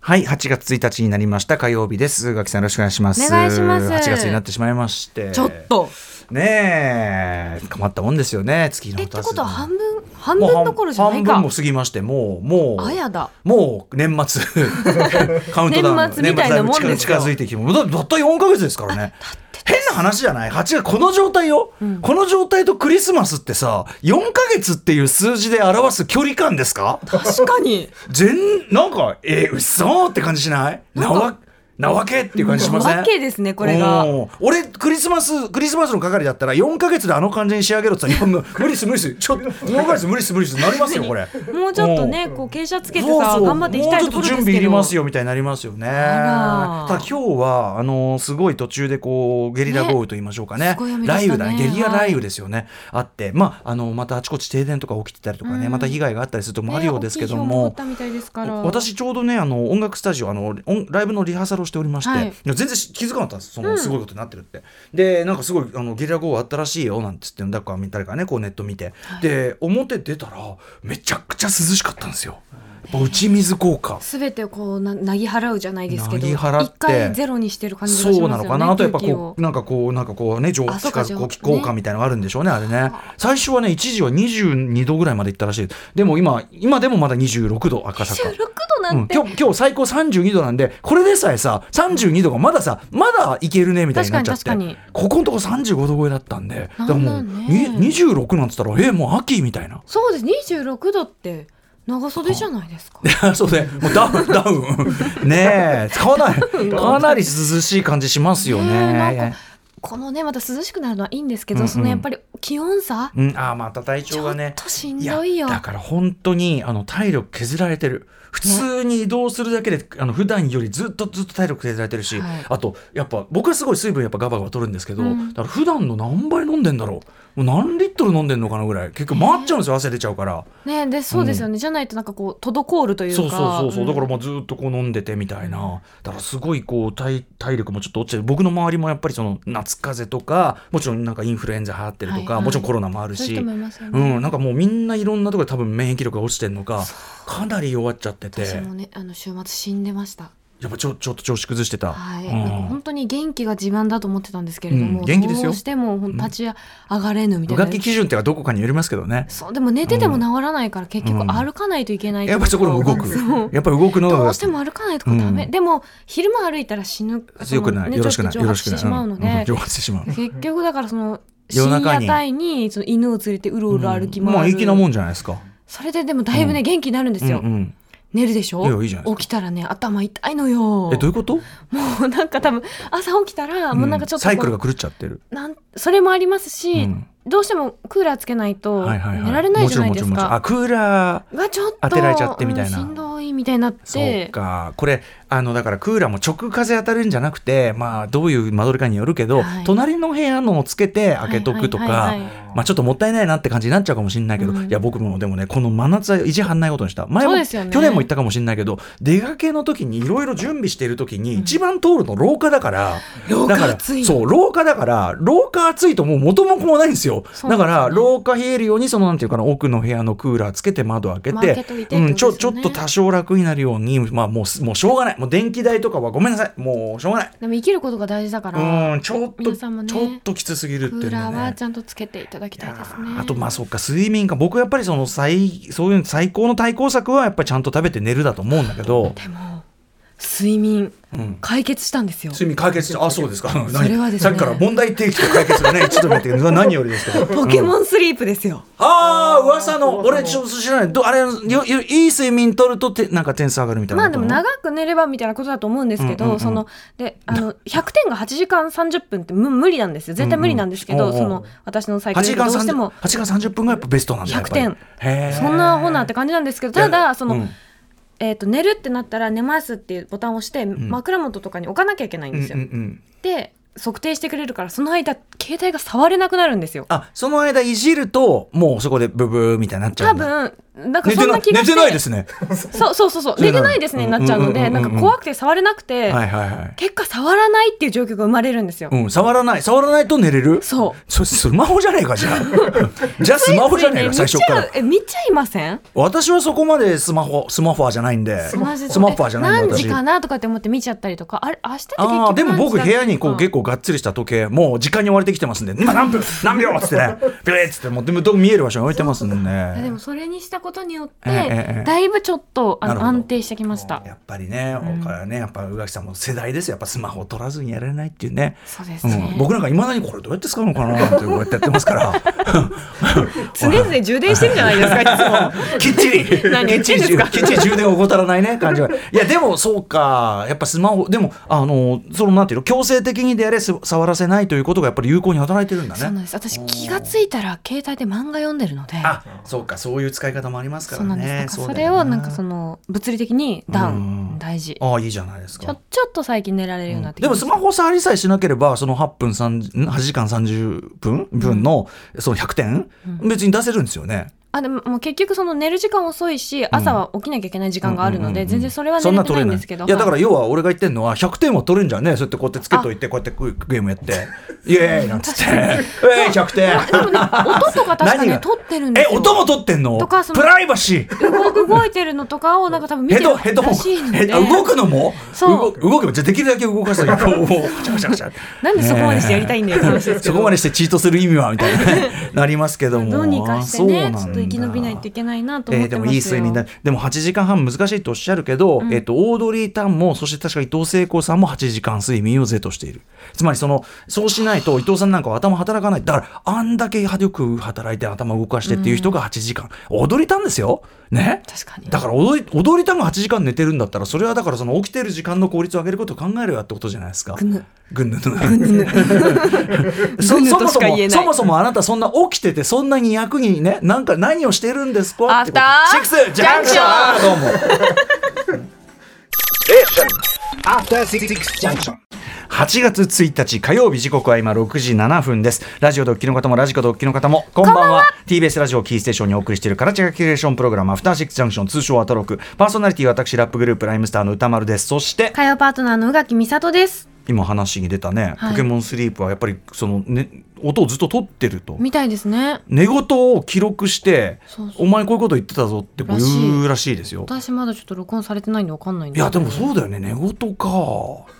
はい、8月1日になりました火曜日です。ガキさんよろしくお願いします。お願いします8月になってしまいまして。ちょっ。と。ねえ、困ったもんですよね。月のえ二っつてことは半分半もう分どころじゃない半分かも。過ぎまして、もうもうあやだ。もう年 末カウントダウン年末みたいなもんですよ年末だいぶ近づいてきてもうだだった4か月ですからね。変な話じゃない ?8 月、この状態よ、この状態とクリスマスってさ、4ヶ月っていう数字で表す距離感ですか確かに。全、なんか、えー、嘘って感じしないなわ、なわけっていう感じしませんわけですねこれが。うん俺クリスマスクリスマスの係だったら4か月であの感じに仕上げろって言ったらいやもう 無理っす無理っすちょっと4ヶ月無理っす無理っすなりますよこれもうちょっとねこう傾斜つけてそうさそう頑張っていきたいところですもうちょっと準備けいりど。ますよみたいになりますよねたあらだ今日はあのすごい途中でこうゲリラ豪雨と言いましょうかねすごい雨でしたね雷雨だねゲリラは雷雨ですよね、あってまああのまたあちこち停電とか起きてたりとかね、うんまた被害があったりするともあるねようですけども、大きいひょうが降ったみたいですから私ちょうどねあの音楽スタジオあの音ライブのリハーサルをしておりまして、はいいや全然気づかなかったんですそのすごいことになってるって、でなんかすごいあのゲリラ豪雨あったらしいよなんつってだから誰かねこうネット見て、で表出たらめちゃくちゃ涼しかったんですよやっぱ打ち水効果すべてこうななぎ払うじゃないですけど、なぎ払って一回ゼロにしてる感じがしますよそね。うなのかなあとやっぱ空気をこうなんかこうなんかこうね蒸あ気そうかかこ蒸う気ね効果みたいなのがあるんでしょうねあれね最初はね一時は22度ぐらいまでいったらしいでも今今でもまだ26度赤坂26度なうんんて、今日今日最高32度なんでこれでさえさ32度がまださまだいけるねみたいになっちゃって確かに確ここのとこ35度超えだったんでだからもなうんなんにね26なんつったらえもう秋みたいな そうです26度って長袖じゃないですか。そうでもうダウンダウ ンねえかなりかなり涼しい感じしますよねえなんねか。このねまた涼しくなるのはいいんですけど、うんうんそのやっぱり気温差、うん、あーまた体調がねちょっとしんどいよだから本当にあの体力削られてる普通に移動するだけで、あの普段よりずっとずっと体力削られてるし、はいあとやっぱ僕はすごい水分やっぱガバガバ取るんですけど、うんだから普段の何倍飲んでんだろうもう何リットル飲んでんのかなぐらい結構回っちゃうんですよ、汗出ちゃうからねでそうですよね、じゃないとなんかこう滞るというかそうそうそうそう、だからももうずっとこう飲んでてみたいなだからすごいこう体体力もちょっと落ちてる僕の周りもやっぱりその夏風邪とかもちろんなんかインフルエンザ流行ってるとはか、いはいもちろんコロナもあるそういしう人もいますよね、うん、なんかもうみんないろんなところで多分免疫力が落ちてるのかかなり弱っちゃってて私もねあの週末死んでましたやっぱちょちょっと調子崩してた、はい、うなんか本ん、当に元気が自慢だと思ってたんですけれども、うん元気ですよどうしてもほん立ち上がれぬみたういな、がき基準っていうのはどこかによりますけどねそうでも寝てても治らないから結う局ん歩かないといけないてやっぱりそこでも動くそうやっぱり動くのがどうしても歩かないとこダメ、うんでも昼間歩いたら死ぬ強くない、そのねよろしくないちよょっと蒸ろ発ししくなていしまうのうんうんで、蒸発してしまう 結局だからその夜深中夜に帯にその犬を連れてうろうろ歩き回る、まあ粋なもんじゃないですかそれででもだいぶね、うん元気になるんですよ、うんうん、寝るでしょいやいいじゃないですか起きたらね頭痛いのよえどういうこともうなんか多分朝起きたら、もうなんかちょっとこサうイクルが狂っちゃってる、なんそれもありますし、うんどうしてもクーラーつけないとはいはいはい寝られないじゃないですもちろんもちろんもちろんあか。クーラーがちょっと当てられちゃってみたいなうんしんどいみたいになっそうてかこれあのだからクーラーも直風当たるんじゃなくてまあどういう間取りかによるけど、はい隣の部屋のをつけて開けとくとか、はいはいはいまあちょっともったいないなって感じになっちゃうかもしれないけど、うんいや僕もでもねこの真夏は意地張んないことにした前も、そうですよね去年も言ったかもしれないけど出かけの時にいろいろ準備している時に一番通るの廊下だから、廊だか下ら暑いそう廊下だから廊下暑いともう元も子もないんですよそうなだんですかよねら廊下冷えるようにそのなんていうかな奥の部屋のクーラーつけて窓開けまあて,、開けといてってうことん、ちょですちょよっねと多少楽になるように、まあ、もうすもうしょうがないもう電気代とかはごめんなさいもうしょうがないでも生きることが大事だから、うんちょっと、皆さんもねちょっときつすぎるっクてーいうラのーはねち。ゃんとつけていただきたいですねあとまあそっか睡眠か僕やっぱりその最そういう最高の対抗策はやっぱりちゃんと食べて寝るだと思うんだけど、でも睡眠うん、解決したんですよ睡眠解決しあそうですか何それはですねさっきから問題提起と解決がね一度もやってるけど何よりですけど ポケモンスリープですよ、ああ噂の俺ちょっと知らないどあれよよいい睡眠取るとてなんか点数上がるみたいなまあでも長く寝ればみたいなことだと思うんですけど、うんうんうんそのであの100点が8時間30分って無無理なんですよ絶対無理なんですけど、うんうんその私の最近8時ど間うして30も8時間30分がやっぱベストなんだやっぱり100へーそんなアホなって感じなんですけどたいだやその、うんえー、と寝るってなったら寝ますっていうボタンを押してん枕元とかに置かなきゃいけないんうんでうんすうよ。んで測定してくれるからその間携帯が触れなくなるんですよ。あその間いじるともうそこでブブーみたいになっちゃ多うんだ分なんか寝そてんなな気が寝しててないですねそうそうそうそう寝寝てなていないですねになっちゃうのうんうでんうんうなんんか怖くて触れなくて、はいはいはい、結果触らないっていう状況が生まれるんですよ。うん、触らない触らないと寝れるそうそスマホじゃねえか じゃあじゃあスマホじゃねえかつい最つい初ね見からちゃうえ見ちゃいません私はそこまでスマホスマホじゃないんでスマスマッパーじゃないんだ何私時かなとかって思って見ちゃったりとかあれ明日って結局ああでも僕何時だっけ部屋にこうあ結構がっつりした時計もう時間に追われてきてますんで 今何分何秒っつってねピューっつってもうでもどこ見える場所に置いてますんでいやでねもそれにしたことによって、ええええだいぶちょっとあなるのほど安定してきましたやっぱりね、うんこれはねやっぱ宇垣さんも世代ですよやっぱスマホを取らずにやれないっていうねそうですうね、ん、僕なんかいまだにこれどうやって使うのかなってこうやってやってますから常々充電してるじゃないですかいつも きっちりきっ ち何り言ってんですかきっちり充電を怠らないね感じ がいやでもそうかやっぱスマホでもあのそのなんていうの強制的にであれす触らせないということがやっぱり有効に働いてるんだそうなんねです私気がついたら携帯で漫画読んでるのであそうかそういう使い方もありますかそらうねなんですだからそうだれよをなんかその物理的にダウうんン大事ああいいじゃないですちょかちょっと最近寝られるようになってできもましスたマホ触りさえしなければその8分3 8時間30分分のその100点、う別に出せるんですよねあでももう結局その寝る時間遅いし朝は起きなきゃいけない時間があるので、全然それは寝れてないんですけどそんな取れないいやだからはい要は俺が言ってるのは100点は取れるんじゃねえそうやってこうやってつけといてこうやってこういうゲームや って「イエーイ!」なんつって「えい100で点もね音とか確か何がね撮ってるんでえすよ音も取ってんのとかそのプライバシー動動いてるのとかをなんか多分見ヘてッドヘッるドホらンしいのヘでッド動くのもそう動動けばじゃあできるだけ動かした らこうこうカチャカチャカチャなんでそこまでしてやりたいんだよって話ですけそどこまでしてチートする意味はみたい なねなりますけどもどうにかしてあそうなねんだちょっと生き延びないといけないなとえ思ーってでますよ、もいい睡眠だでも8時間半難しいとおっしゃるけど、えっとオードリー・タンもそして確か伊藤聖子さんも8時間睡眠を是としているつまりそのそうしないと伊藤さんなんかは頭働かないだからあんだけよく働いて頭動かしてっていう人が8時間、踊りたんですよね確かにだから踊り踊りたんが8時間寝てるんだったらそれはだからその起きてる時間の効率を上げることを考えるよってことじゃないですか。ぐぬぐぬぬそぐぬ そもとしそかも言えないそもそもあなたそんな起きててそんなに役にねなんか何をしてるんですかってことアフターシックスジャンクションジャンクどうも After Six Junction. 8月1日火曜日時刻は今6時7分ですラジオドッキリの方もラジコドッキリの方もこんばんは TBS ラジオキーステーションにお送りしているカラチャキュレーションプログラムアフターシックスジャンクション通称アトロクパーソナリティは私ラップグループライムスターの歌丸ですそして火曜パートナーの宇垣美里です今話に出たね、はいポケモンスリープはやっぱりその、ね、音をずっと取ってるとみたいですね寝言を記録してそうそうお前こういうこと言ってたぞってこうらしい言うらしいですよ私まだちょっと録音されてないんでわかんないんいやでもうそうだよね寝言か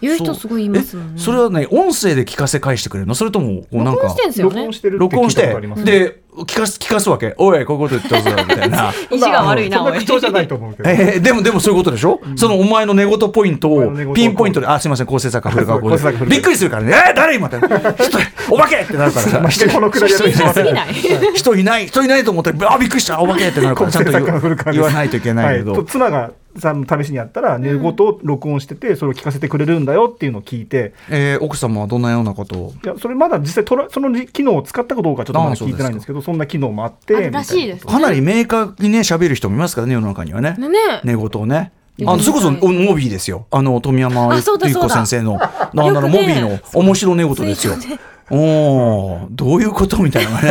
言う人すごいいますもんねえそれはね音声で聞かせ返してくれるのそれともこうなん録か音してんすよ録ね音してるって録聞音いしたこてとありますね。で聞かす聞かすわけおいこういうこと言ってたぞみたい な意地が悪いなそんなおい口調じゃないと思うけど。えーでもでもそういうことでしょ、そのお前の寝言ポイントお前をの寝言ピンポイントであすいません構成作家古川そう光構成作家古でびっ川くりするからねえー、誰今って人お化けってなる からさでこのくだりやっ不て審しま者すせんぎない人いない人いないと思ったらあびっくりしたお化けってなるからちゃんと言作家の古う川です言わないといけないけど、はと妻がさ試しにやったら寝言を録音しててそれを聞かせてくれるんだよっていうのを聞いて、えー奥様はどんなようなことをいやそれまだ実際とらその機能を使ったかどうかちょっとまだ聞いてないんですけどそんな機能もあってあるらしいみたなですかなり明確にね喋る人もいますからね世の中にはねねね寝言をねいあやのそれこそ言いたモビーですよあの富山あそうだ由そ子うだ先生のなんな らよくモねビーの面白寝言ですよそう。おーどういうことみたいなのが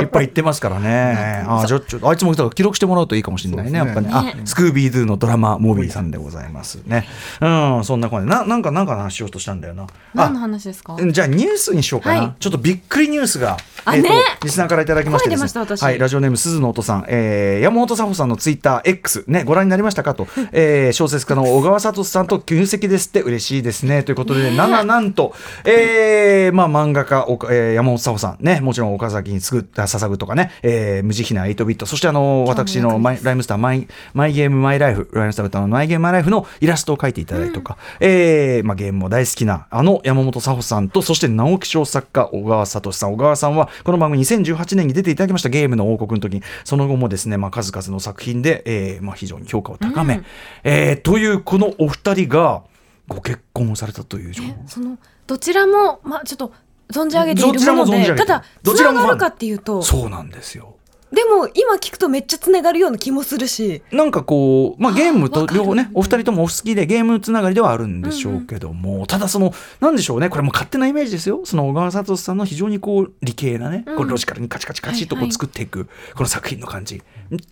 ね いっぱい言ってますからねあーちょちょあいつもだから記録してもらうといいかもしれないねそやうでっすぱねねあスクービードゥのドラマモビーさんでございますねうんそんな感じでななんかなんかの話しようとしたんだよな何のあ話ですかじゃあニュースにしようかな、はいちょっとびっくりニュースが、あーとねリスナーからいただきましてです、声出まね、した私はいラジオネーム鈴の音さん、えー、山本佐穂さんのツイッター X ねご覧になりましたかと、えー、小説家の小川聡さんと旧席ですって嬉しいですねということで、なななんと、えーまあ、漫画家おか、えー、山本佐穂さんねもちろん岡崎に次ぐ捧ぐとかね、えー、無慈悲な8ビットそしてあの私のマイライムスターマイマイゲームマイライフライムスター歌のマイゲームマイライフのイラストを描いていただいたりとか、えーまあ、ゲームも大好きなあの山本佐穂さんとそして直木賞作家小川聡さん小川さんはこの番組2018年に出ていただきましたゲームの王国の時にその後もですね、まあ、数々の作品で、えーまあ、非常に評価を高め、えーというこのお二人がご結婚をされたという情報えそのどちらもまあちょっと存じ上げていどるちらものも存じ上げてでるただどつちらなもがるかっていうとそうなんですよでも今聞くとめっちゃつながるような気もするしなんかこう、まあ、ゲームわとかる両方ねお二人ともお好きでゲームつながりではあるんでしょうけども、ただそのなんでしょうねこれも勝手なイメージですよその小川聡さんの非常にこう理系なね、うんこうロジカルにカチカチカチっとはこいうはい作っていくこの作品の感じ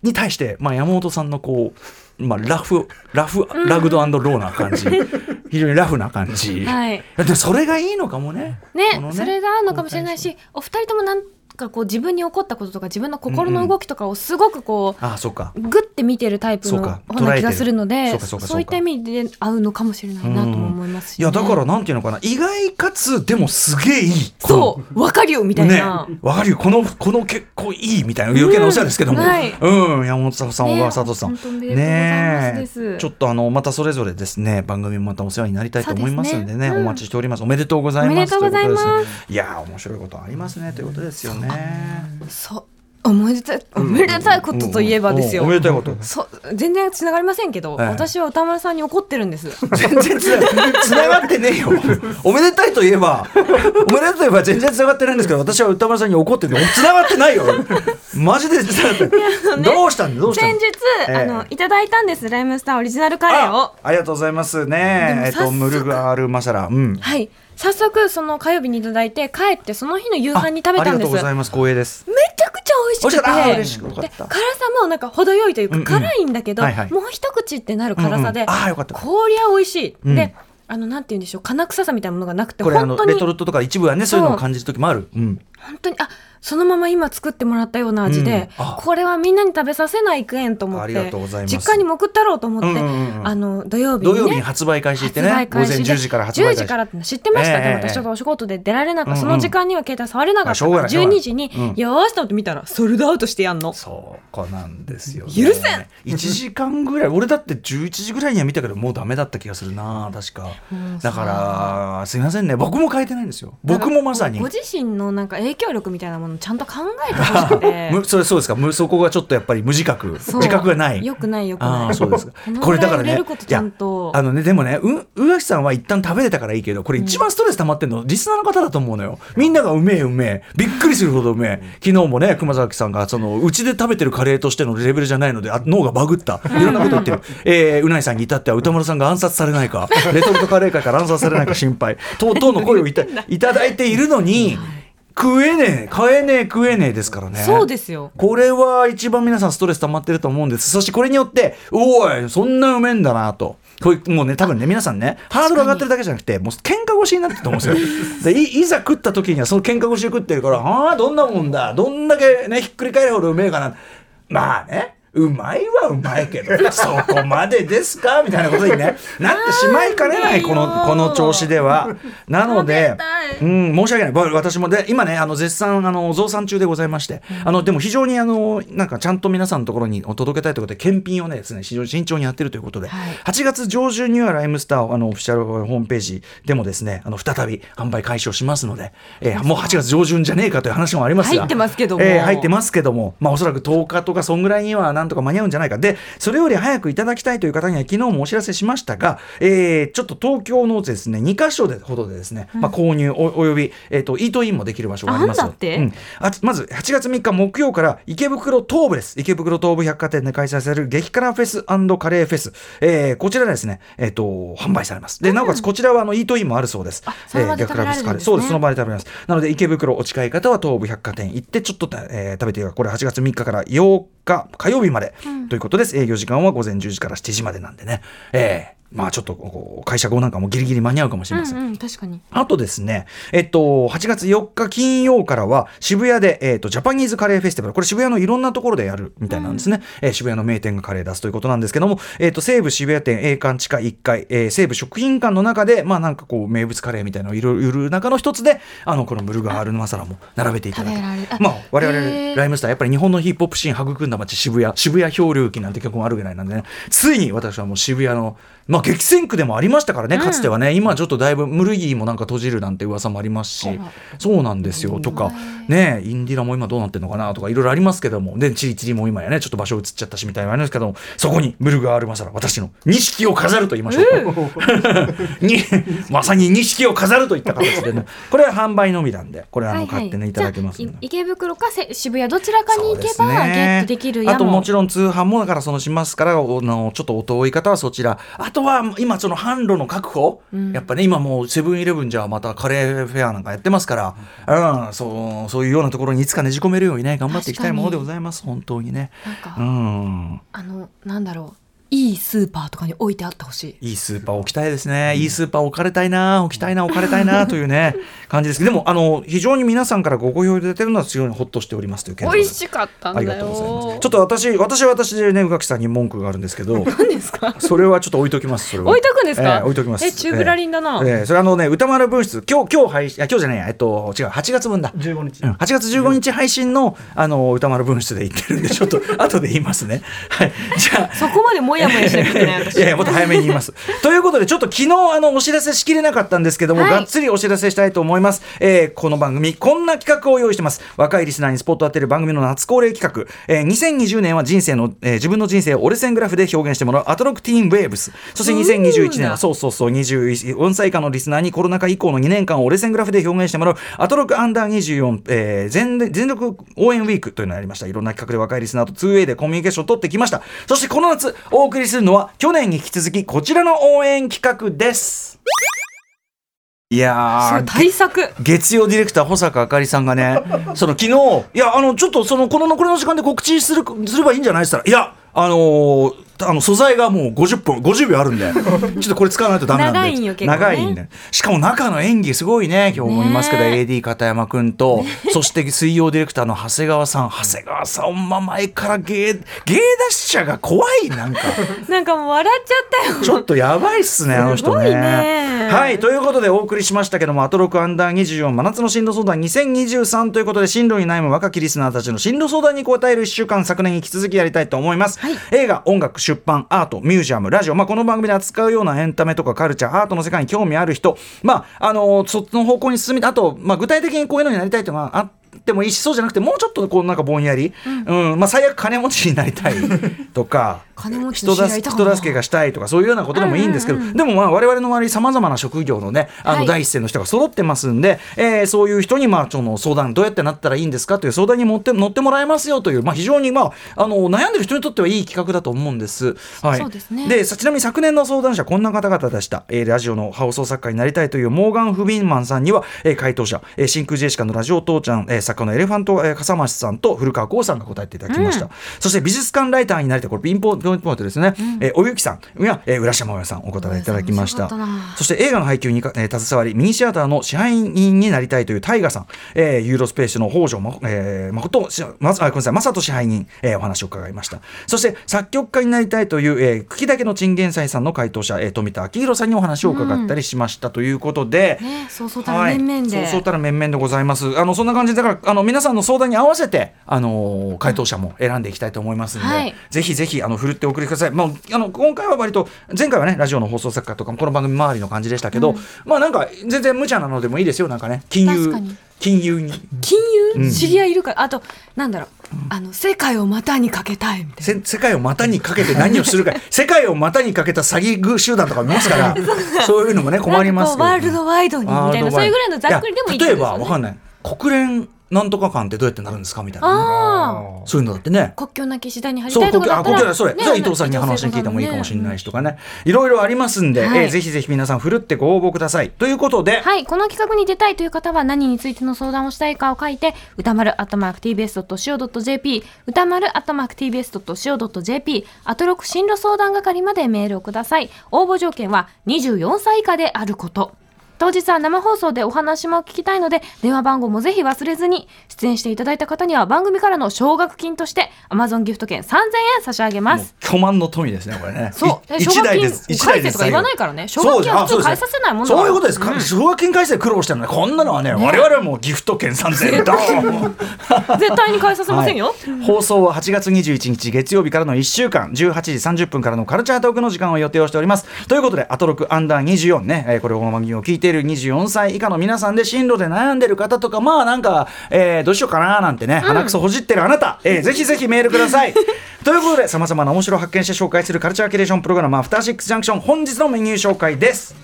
に対して、まあ、山本さんのこう、まあ、ラフラフラグドローな 感じ、非常にラフな感じ、はいでもそれがいいのかもね。ねこのそれがあるのかもしれないしお二人ともなんかこう自分に起こったこととか自分の心うんうのん動きとかをすごくこう、ああそうかグッて見てるタイプそうのか方な気がするの捉えでてるそうかそそうかそうかういった意味で合うのかもしれないなとも思いますし、いねやだからなんていうのかな意外かつでもすげえいいこのそうわかるよみたいな、ね、わかるよこのこの結構いいみたいな余計なお世話ですけども、ううんんはい山本さん小ね川聡さん本当おめでとうございますですねえちょっとあのまたそれぞれですね番組もまたお世話になりたいと思いますんでねそうですねうんお待ちしておりますおめでとうございおめまですとうございますということですねいやー面白いことありますねということですよねそうおめでたいおめでたいことといえばですよ、おおおめでたいことそう全然つながりませんけど、ええ私は歌丸さんに怒ってるんです全然つなつながってねえ よおめでたいといえばおめでたいといえば全然つながってないんですけど私は歌丸さんに怒ってるけどつながってないよマジでつながってないどうしたんだどうしたん先だ日、ええあのいただいたんですライムスターオリジナルカレーあをありがとうございまですねもえっと早速ムルグアールマサラうんはい早速その火曜日にいただいて帰ってその日の夕あ飯に食べたありんがですとうごめちざいます光栄ですゃくちゃ美味しくて美味しかったあ嬉しかったで辛さもなんか程よいというか、うんうん辛いんだけど、はいはいもう一口ってなる辛さで、うんうんあーよかった氷は美味しい、うんであのなんて言うんでしょう金臭さみたいなものがなくてこれあ本の当レにトルトとか一部はねそういうのを感じる時もあるうん本当にあそのまま今作ってもらったような味で、うんあこれはみんなに食べさせないくえんと思あっりてがとうございます実家にも送ったろうと思って、うんうんうんあの土曜日に土ね曜日に発売開始ってね午前10時から発売10開時始からっての知ってました、ええでも私ちょっとお仕事で出られなかった、うんうんその時間には携帯触れなかったかあらしょうがない12時に、うんよーしと思って見たらソールドアウトしてやんのそうこうなんですよ、ね、許せん1時間ぐらい俺だって11時ぐらいには見たけどもうダメだった気がするな確かうんだからすいませんね僕も変えてないんですよ僕もまさにご自身のなんか影響力みたいなものをちゃんと考えてほしく てむそれそうですかむそこがちょっとやっぱり無自覚そう自覚がないよくないよくあなあいそうですかこのこれだからぐらい売れねることちゃんとあのねでもねう宇垣さんは一旦食べれたからいいけどこれ一番ストレス溜まってるのリスナーの方だと思うのよみんながうめえうめえびっくりするほどうめえ昨日もね熊崎さんがそのうちで食べてるカレーとしてのレベルじゃないのであ脳がバグったいろんなこと言ってる、えーうないさんに至っては歌丸さんが暗殺されないか レトルトカレー界から暗殺されないか心配とうとうの声を いたいただいているのに食えねえ買えねえ食えねえですからねそうですよこれは一番皆さんストレス溜まってると思うんです。そしてこれによって、おい、そんなうめえんだなと。こういうもうね、多分ね、皆さんね、ハードル上がってるだけじゃなくて、もう喧嘩腰になってると思うんですよ。でいいざ食った時には、その喧嘩腰で食ってるから、ああ、どんなもんだ、どんだけね、ひっくり返るほどうめえかな。まあね、うまいはうまいけど、そこまでですかみたいなことに、ね、なってしまいかねない、この、この調子 では。なので、うん、申し訳ないわ。私もで、今ね、あの、絶賛、あの、増産中でございまして、あの、でも非常に、あの、なんか、ちゃんと皆さんのところにお届けたいということで、検品をね、ですね、非常に慎重にやってるということで、はい8月上旬にはライムスター、あの、オフィシャルホームページでもですね、あの、再び販売開始をしますので、えーもう8月上旬じゃねえかという話もありますが。入ってますけどもえー入ってますけども、まあ、おそらく10日とか、そんぐらいにはなんとか間に合うんじゃないか。で、それより早くいただきたいという方には、昨日もお知らせしましたが、えーちょっと東京のですね、2カ所でほどでですね、まあ、購入おおよび、えっ、と、イートインもできる場所があります。あなんだってうんあまず、8月3日木曜から、池袋東部です。池袋東部百貨店で開催される激辛フェスカレーフェス。えーこちらですね、えっ、と、販売されます。で、なおかつ、こちらは、あの、イートインもあるそうです。あその場でえー激辛フェスカ食べられるんレーですねそうです、その場で食べます。なので、池袋お近い方は東武百貨店行って、ちょっとた、えー食べてくださいこれ8月3日から8日火曜日まで、ということです。営業時間は午前10時から7時までなんでね。えーまあちょっとこう会社後なんかもギリギリ間に合うかもしれません。うんうん、確かにあとですね、えっと、8月4日金曜からは、渋谷で、えっと、ジャパニーズカレーフェスティバル、これ渋谷のいろんなところでやるみたいなんですね。えー渋谷の名店がカレー出すということなんですけども、えっと、西武渋谷店 A 館地下1階、えー西武食品館の中で、まあなんかこう、名物カレーみたいなのをいろいろ売る中の一つで、あの、このムルガールマサラも並べていただく食べられるあ。まあ、我々、へーライムスター、やっぱり日本のヒップホップシーン育んだ街、渋谷、渋谷漂流記なんて曲もあるぐらいなんでね、ついに私はもう渋谷の、ままあ、激戦区でもありましたからね、かつてはね、今ちょっとだいぶムルギーもなんか閉じるなんて噂もありますし、そうなんですよ、とか、ね、インディラも今どうなってるのかなとか、いろいろありますけども、で、チリチリも今やね、ちょっと場所移っちゃったしみたいなのありますけども、そこにムルガーアルマサラ、私の錦を飾ると言いましょうか。 にまさに錦を飾るといった形でね、これは販売のみなんで、これはあの買ってね、いただけますんじゃであい池袋かせ渋谷どちらかに行けそうですばねゲットできるやあともちろん通販もだからそのしますからおあのちょっとお遠い方はそちらあとは今その販路の確保、やっぱね今もうセブンイレブンじゃまたカレーフェアなんかやってますから、うん、そうそういうようなところにいつかねじ込めるようにね頑張っていきたいものでございます本当にね。なんか、うんあのなんだろういいスーパーとかに置いてあってほしいいいスーパー置きたいですね、いいスーパー置かれたいな、置きたいな、置かれたいなというね、感じですけど、でもあの、非常に皆さんからご好評いただいてるのは、非常にほっとしておりますという件でございますかったありがとうございます。ちょっと私、私は私でね、宇垣さんに文句があるんです けど、何ですかそれはちょっと置いときます。それは置いとくんですかええ置いときます。えチューブラリンだなええええそれあのね、歌丸分室、今日、今日配信、あ今日じゃないや、えっと、違う、8月分だ。 15日うん8月15日配信の、あの、歌丸分室で言ってるんで、ちょっと、後で言いますね。はい。じゃあ、そこまでモヤモヤしてるけない いやいやもっと早めに言います。 ということでちょっと昨日あのお知らせしきれなかったんですけども、はいがっつりお知らせしたいと思います、えーこの番組こんな企画を用意してます若いリスナーにスポット当てる番組の夏恒例企画、えー2020年は人生の、えー自分の人生を折れ線グラフで表現してもらうアトロクティーンウェーブスそして2021年はそうそうそう24歳以下のリスナーにコロナ禍以降の2年間を折れ線グラフで表現してもらうアトロクアンダー24、えー全全力応援ウィークというのがありましたいろんな企画で若いリスナーと 2way でコミュニケーションを取ってきましたそしてこの夏お送りするのは去年に引き続きこちらの応援企画ですいやー対策月曜ディレクター保坂あかりさん がねその昨日いやあのちょっとそのこの残りの時間で告知するすればいいんじゃないっつったらいやあのーあの素材がもう50分50秒あるん でちょっとこれ使わないとダメなんで長いんよ結構ね長いんでしかも中の演技すごいね今日思いますけど、ね AD 片山くんと、そして水曜ディレクターの長谷川さん長谷川さんほんま前から芸芸達者が怖いなんか。なんかもう笑っちゃったよちょっとやばいっすね、あの人ね。すごいねはい、ということでお送りしましたけども、アトロクアンダー24真夏の進路相談2023ということで、進路に悩む若きリスナーたちの進路相談に答える1週間、昨年に引き続きやりたいと思います。映画、音楽、出版、アート、ミュージアム、ラジオ、まあ、この番組で扱うようなエンタメとかカルチャー、アートの世界に興味ある人、まあ、あのそっちの方向に進み、あと、まあ、具体的にこういうのになりたいというのはあって、でもいいしそうじゃなくてもうちょっとこうなんかぼんやり、うんまあ、最悪金持ちになりたいとか 金持ち人の知り合い助いたかな人助けがしたいとかそういうようなことでもいいんですけど、でもまあ我々の周りさまざまな職業のねあはのい第一線の人が揃ってますんで、えーそういう人にまあその相談どうやってなったらいいんですかという相談に持って乗ってもらえますよという、まあ、非常に、まあ、あの悩んでる人にとってはいい企画だと思うんです。はい、そうですねでさちなみに昨年の相談者こんな方々でした、えーラジオの放送作家になりたいというモーガン・フビンマンさんには、えー回答者、えー真空ジェシカのラジオ父ちゃん、えー作家のエレファント、えー、笠間さんと古川光さんが答えていただきました、そして美術館ライターになりたいこれピンポイントですね、えーおゆきさんや、えー浦島親さんお答えいただきました面白かったなそして映画の配給にか、えー携わりミニシアターの支配人になりたいというタイガさん、えーユーロスペースの北条ま、えー、誠しまずあごめんなさい正人支配人、えーお話を伺いましたそして作曲家になりたいという、えー茎だけのチンゲンサイさんの回答者、えー富田明宏さんにお話を伺ったりしましたということで、ねそうそうたる面々ではい、そうそうたる面々でございますあのそんな感じでだからあの皆さんの相談に合わせてあのー回答者も選んでいきたいと思いますので、はいぜひぜひあの振るってお送りください、まあ、あの今回は割と前回はねラジオの放送作家とかこの番組周りの感じでしたけど、まあなんか全然無茶なのでもいいですよなんかね金融確かに金融に金融知り合いいるからあとなんだろうあの世界を股にかけたいみたいせ世界を股にかけて何をす るか世界を股にかけた詐欺グ集団とか見ますからそういうのもねな困りますなんかこうワールドワイドにみワーたルいドなワイドそういうぐらいのざっくりでもいいや例えばわわかんない国連なんとか館ってどうやってなるんですかみたいなね、ああそういうのだってね国境なき次第に張りそたう、いと国か境、だあ、った国ら境だ、それ、ねじゃあ伊藤さんに話に聞いてもいいかもしれないしとかね、いろいろありますんで、はいえーぜひぜひ皆さん、ふるってご応募ください。ということで、はい、この企画に出たいという方は何についての相談をしたいかを書いて、歌丸、アットマーク tbs.co.jp、歌丸、アットマーク tbs.co.jp、アトロク進路相談係までメールをください。応募条件は24歳以下であること。当日は生放送でお話も聞きたいので電話番号もぜひ忘れずに出演していただいた方には番組からの奨学金として Amazon ギフト券3000円差し上げまもうす巨万の富ですねこれね。そうい奨一学台金です。一返台せでとす。か言わないからね奨学金は普通返させないもんだだからそうですそういうことですか。奨学金返して苦労してるのはこんなのはね我々はもうギフト券三千円ドーン。絶対に返させませんよ、放送は8月21日月曜日からの1週間18時30分からのカルチャートークの時間を予定をしておりますということでアトロクアンダー24ね、えーこれをこの番組を聞いている24歳以下の皆さんで進路で悩んでる方とかまあなんか、えーどうしようかななんてね鼻くそほじってるあなた、えーぜひぜひメールください ということでさまざまな面白を発見して紹介するカルチャーキュレーションプログラム「アフターシックスジャンクション」本日のメニュー紹介です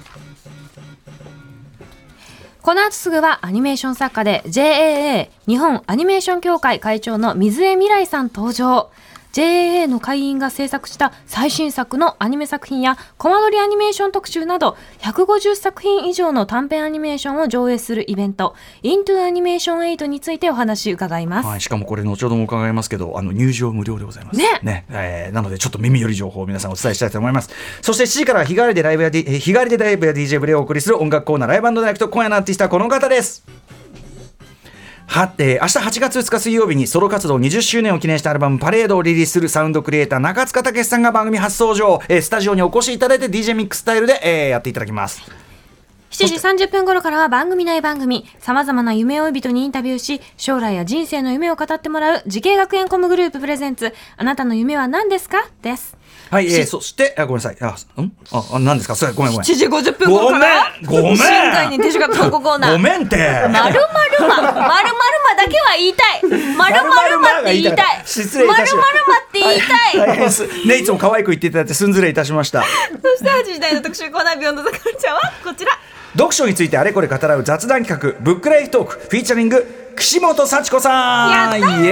この後すぐはアニメーション作家で JAA 日本アニメーション協会会長の水江未来さん登場 JAA の会員が制作した最新作のアニメ作品やコマ撮りアニメーション特集など150作品以上の短編アニメーションを上映するイベント Into アニメーション8についてお話伺います、はい、しかもこれ後ほども伺いますけどあの入場無料でございますねえーなのでちょっと耳より情報を皆さんお伝えしたいと思いますそして7時からは日替わりでライブや、D えー日替わりでライブや DJ ブレをお送りする音楽コーナーライブディレクト今夜のアーティストはこの方ですは、えー明日8月2日水曜日にソロ活動20周年を記念したアルバム「パレード」をリリースするサウンドクリエイター中塚武さんが番組初登場、えースタジオにお越しいただいて DJ ミックススタイルで、えーやっていただきます7時30分頃からは番組内番組、様々な夢追い人にインタビューし、将来や人生の夢を語ってもらう、慈恵学園コムグループプレゼンツ、あなたの夢は何ですかです。はい、えーそしてあごめんなさいあんああ何ですかそれごめんごめん7時50分頃から、ごめんごめん新概念手塚投稿コーナー。 ごめ んってまるまるま、まるまるまだけは言いたい。まるまるまって言いたい。失礼いたしままるまるまって言いたい。大変す。ね、いつも可愛く言っていただいて、すんずれいたしました。そして8時台の特集コーナー、ビヨンドザカルチャーはこちら。読書についてあれこれ語らう雑談企画、ブックライフトーク、フィーチャリング、岸本幸子さんやったーイエ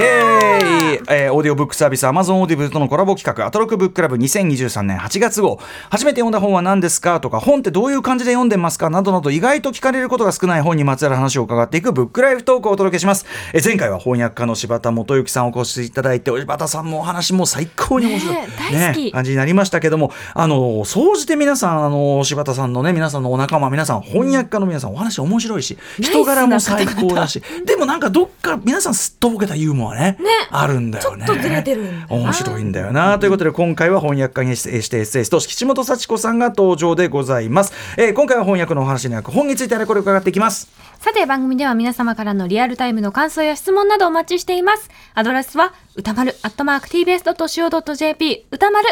ーイ、えーオーディオブックサービス、アマゾンオーディブルとのコラボ企画、アトロクブッククラブ2023年8月号。初めて読んだ本は何ですかとか、本ってどういう感じで読んでますかなどなど、意外と聞かれることが少ない本にまつわる話を伺っていくブックライフトークをお届けします。えー前回は翻訳家の柴田元幸さんをお越しいただいて、柴田さんもお話も最高に面白い。ねえ大好きねえ感じになりましたけども、あの、総じて皆さん、あの、柴田さんのね、皆さんのお仲間、皆さん、翻訳家の皆さん、お話面白いし、ナイスな人柄も最高だし、でもなんかどっか、皆さんすっとぼけたユーモアね、あるんだよね。ちょっとずれてるんだ面白いんだよな。ということで、今回は翻訳家に指定してエッセイスト、岸本幸子さんが登場でございます。えー今回は翻訳のお話ではなく、本についてあれこれ伺っていきます。さて番組では皆様からのリアルタイムの感想や質問などお待ちしています。アドレスは歌丸 @tbs.co.jp 歌丸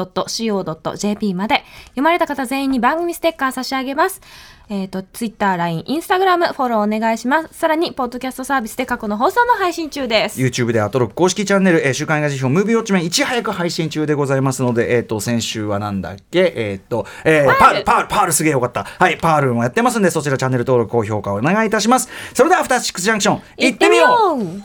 @tbs.co.jp まで読まれた方全員に番組ステッカー差し上げます。えっ、と、Twitter、LINE、Instagram フォローお願いします。さらに、ポッドキャストサービスで過去の放送も配信中です。 YouTube でアトロック公式チャンネル、えー週刊映画辞表、ムービーウォッチメン、いち早く配信中でございますので、えっ、と、先週はなんだっけ、えっ、と、えーパール、パール、パールすげえよかった。はい、パールもやってますんで、そちらチャンネル登録、高評価お願いいたします。それでは、アフターシックスジャンクション、行ってみようう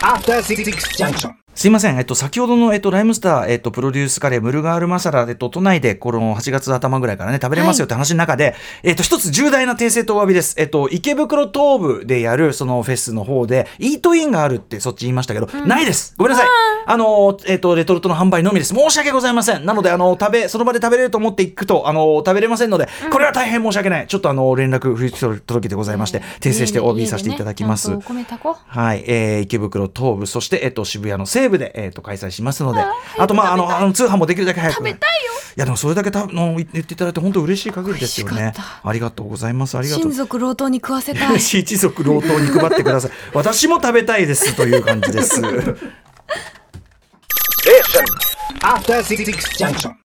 After Six Junction. すいません、えっと、先ほどの、えっと、ライムスター、えっと、プロデュースカレー、ムルガールマサラ、えっと、都内で、この8月頭ぐらいからね、食べれますよって話の中で、えっと、一つ重大な訂正とお詫びです。えっと、池袋東部でやる、そのフェスの方で、イートインがあるってそっち言いましたけど、ないですごめんなさいあの、えっと、レトルトの販売のみです。申し訳ございません。なので、あの、食べ、その場で食べれると思っていくと、あの、食べれませんので、これは大変申し訳ない。ちょっとあの、連絡、振り届けでございまして、訂正してお詫びさせていただきま家す。でねちゃんとお米炊こうはい、えー池袋東部、そして、えっと、渋谷の西部で、えっと、開催しますので、あと、まあ、あの、あの通販もできるだけ早く。食べたいよ。いや、でも、それだけたの言っていただいて、本当嬉しい限りですよ嬉ねしかっ。ありがとうございます。ありがと親う。。族老頭に食わせたい 一族老頭に配ってください。私も食べたいですという感じです。 After Six Junction.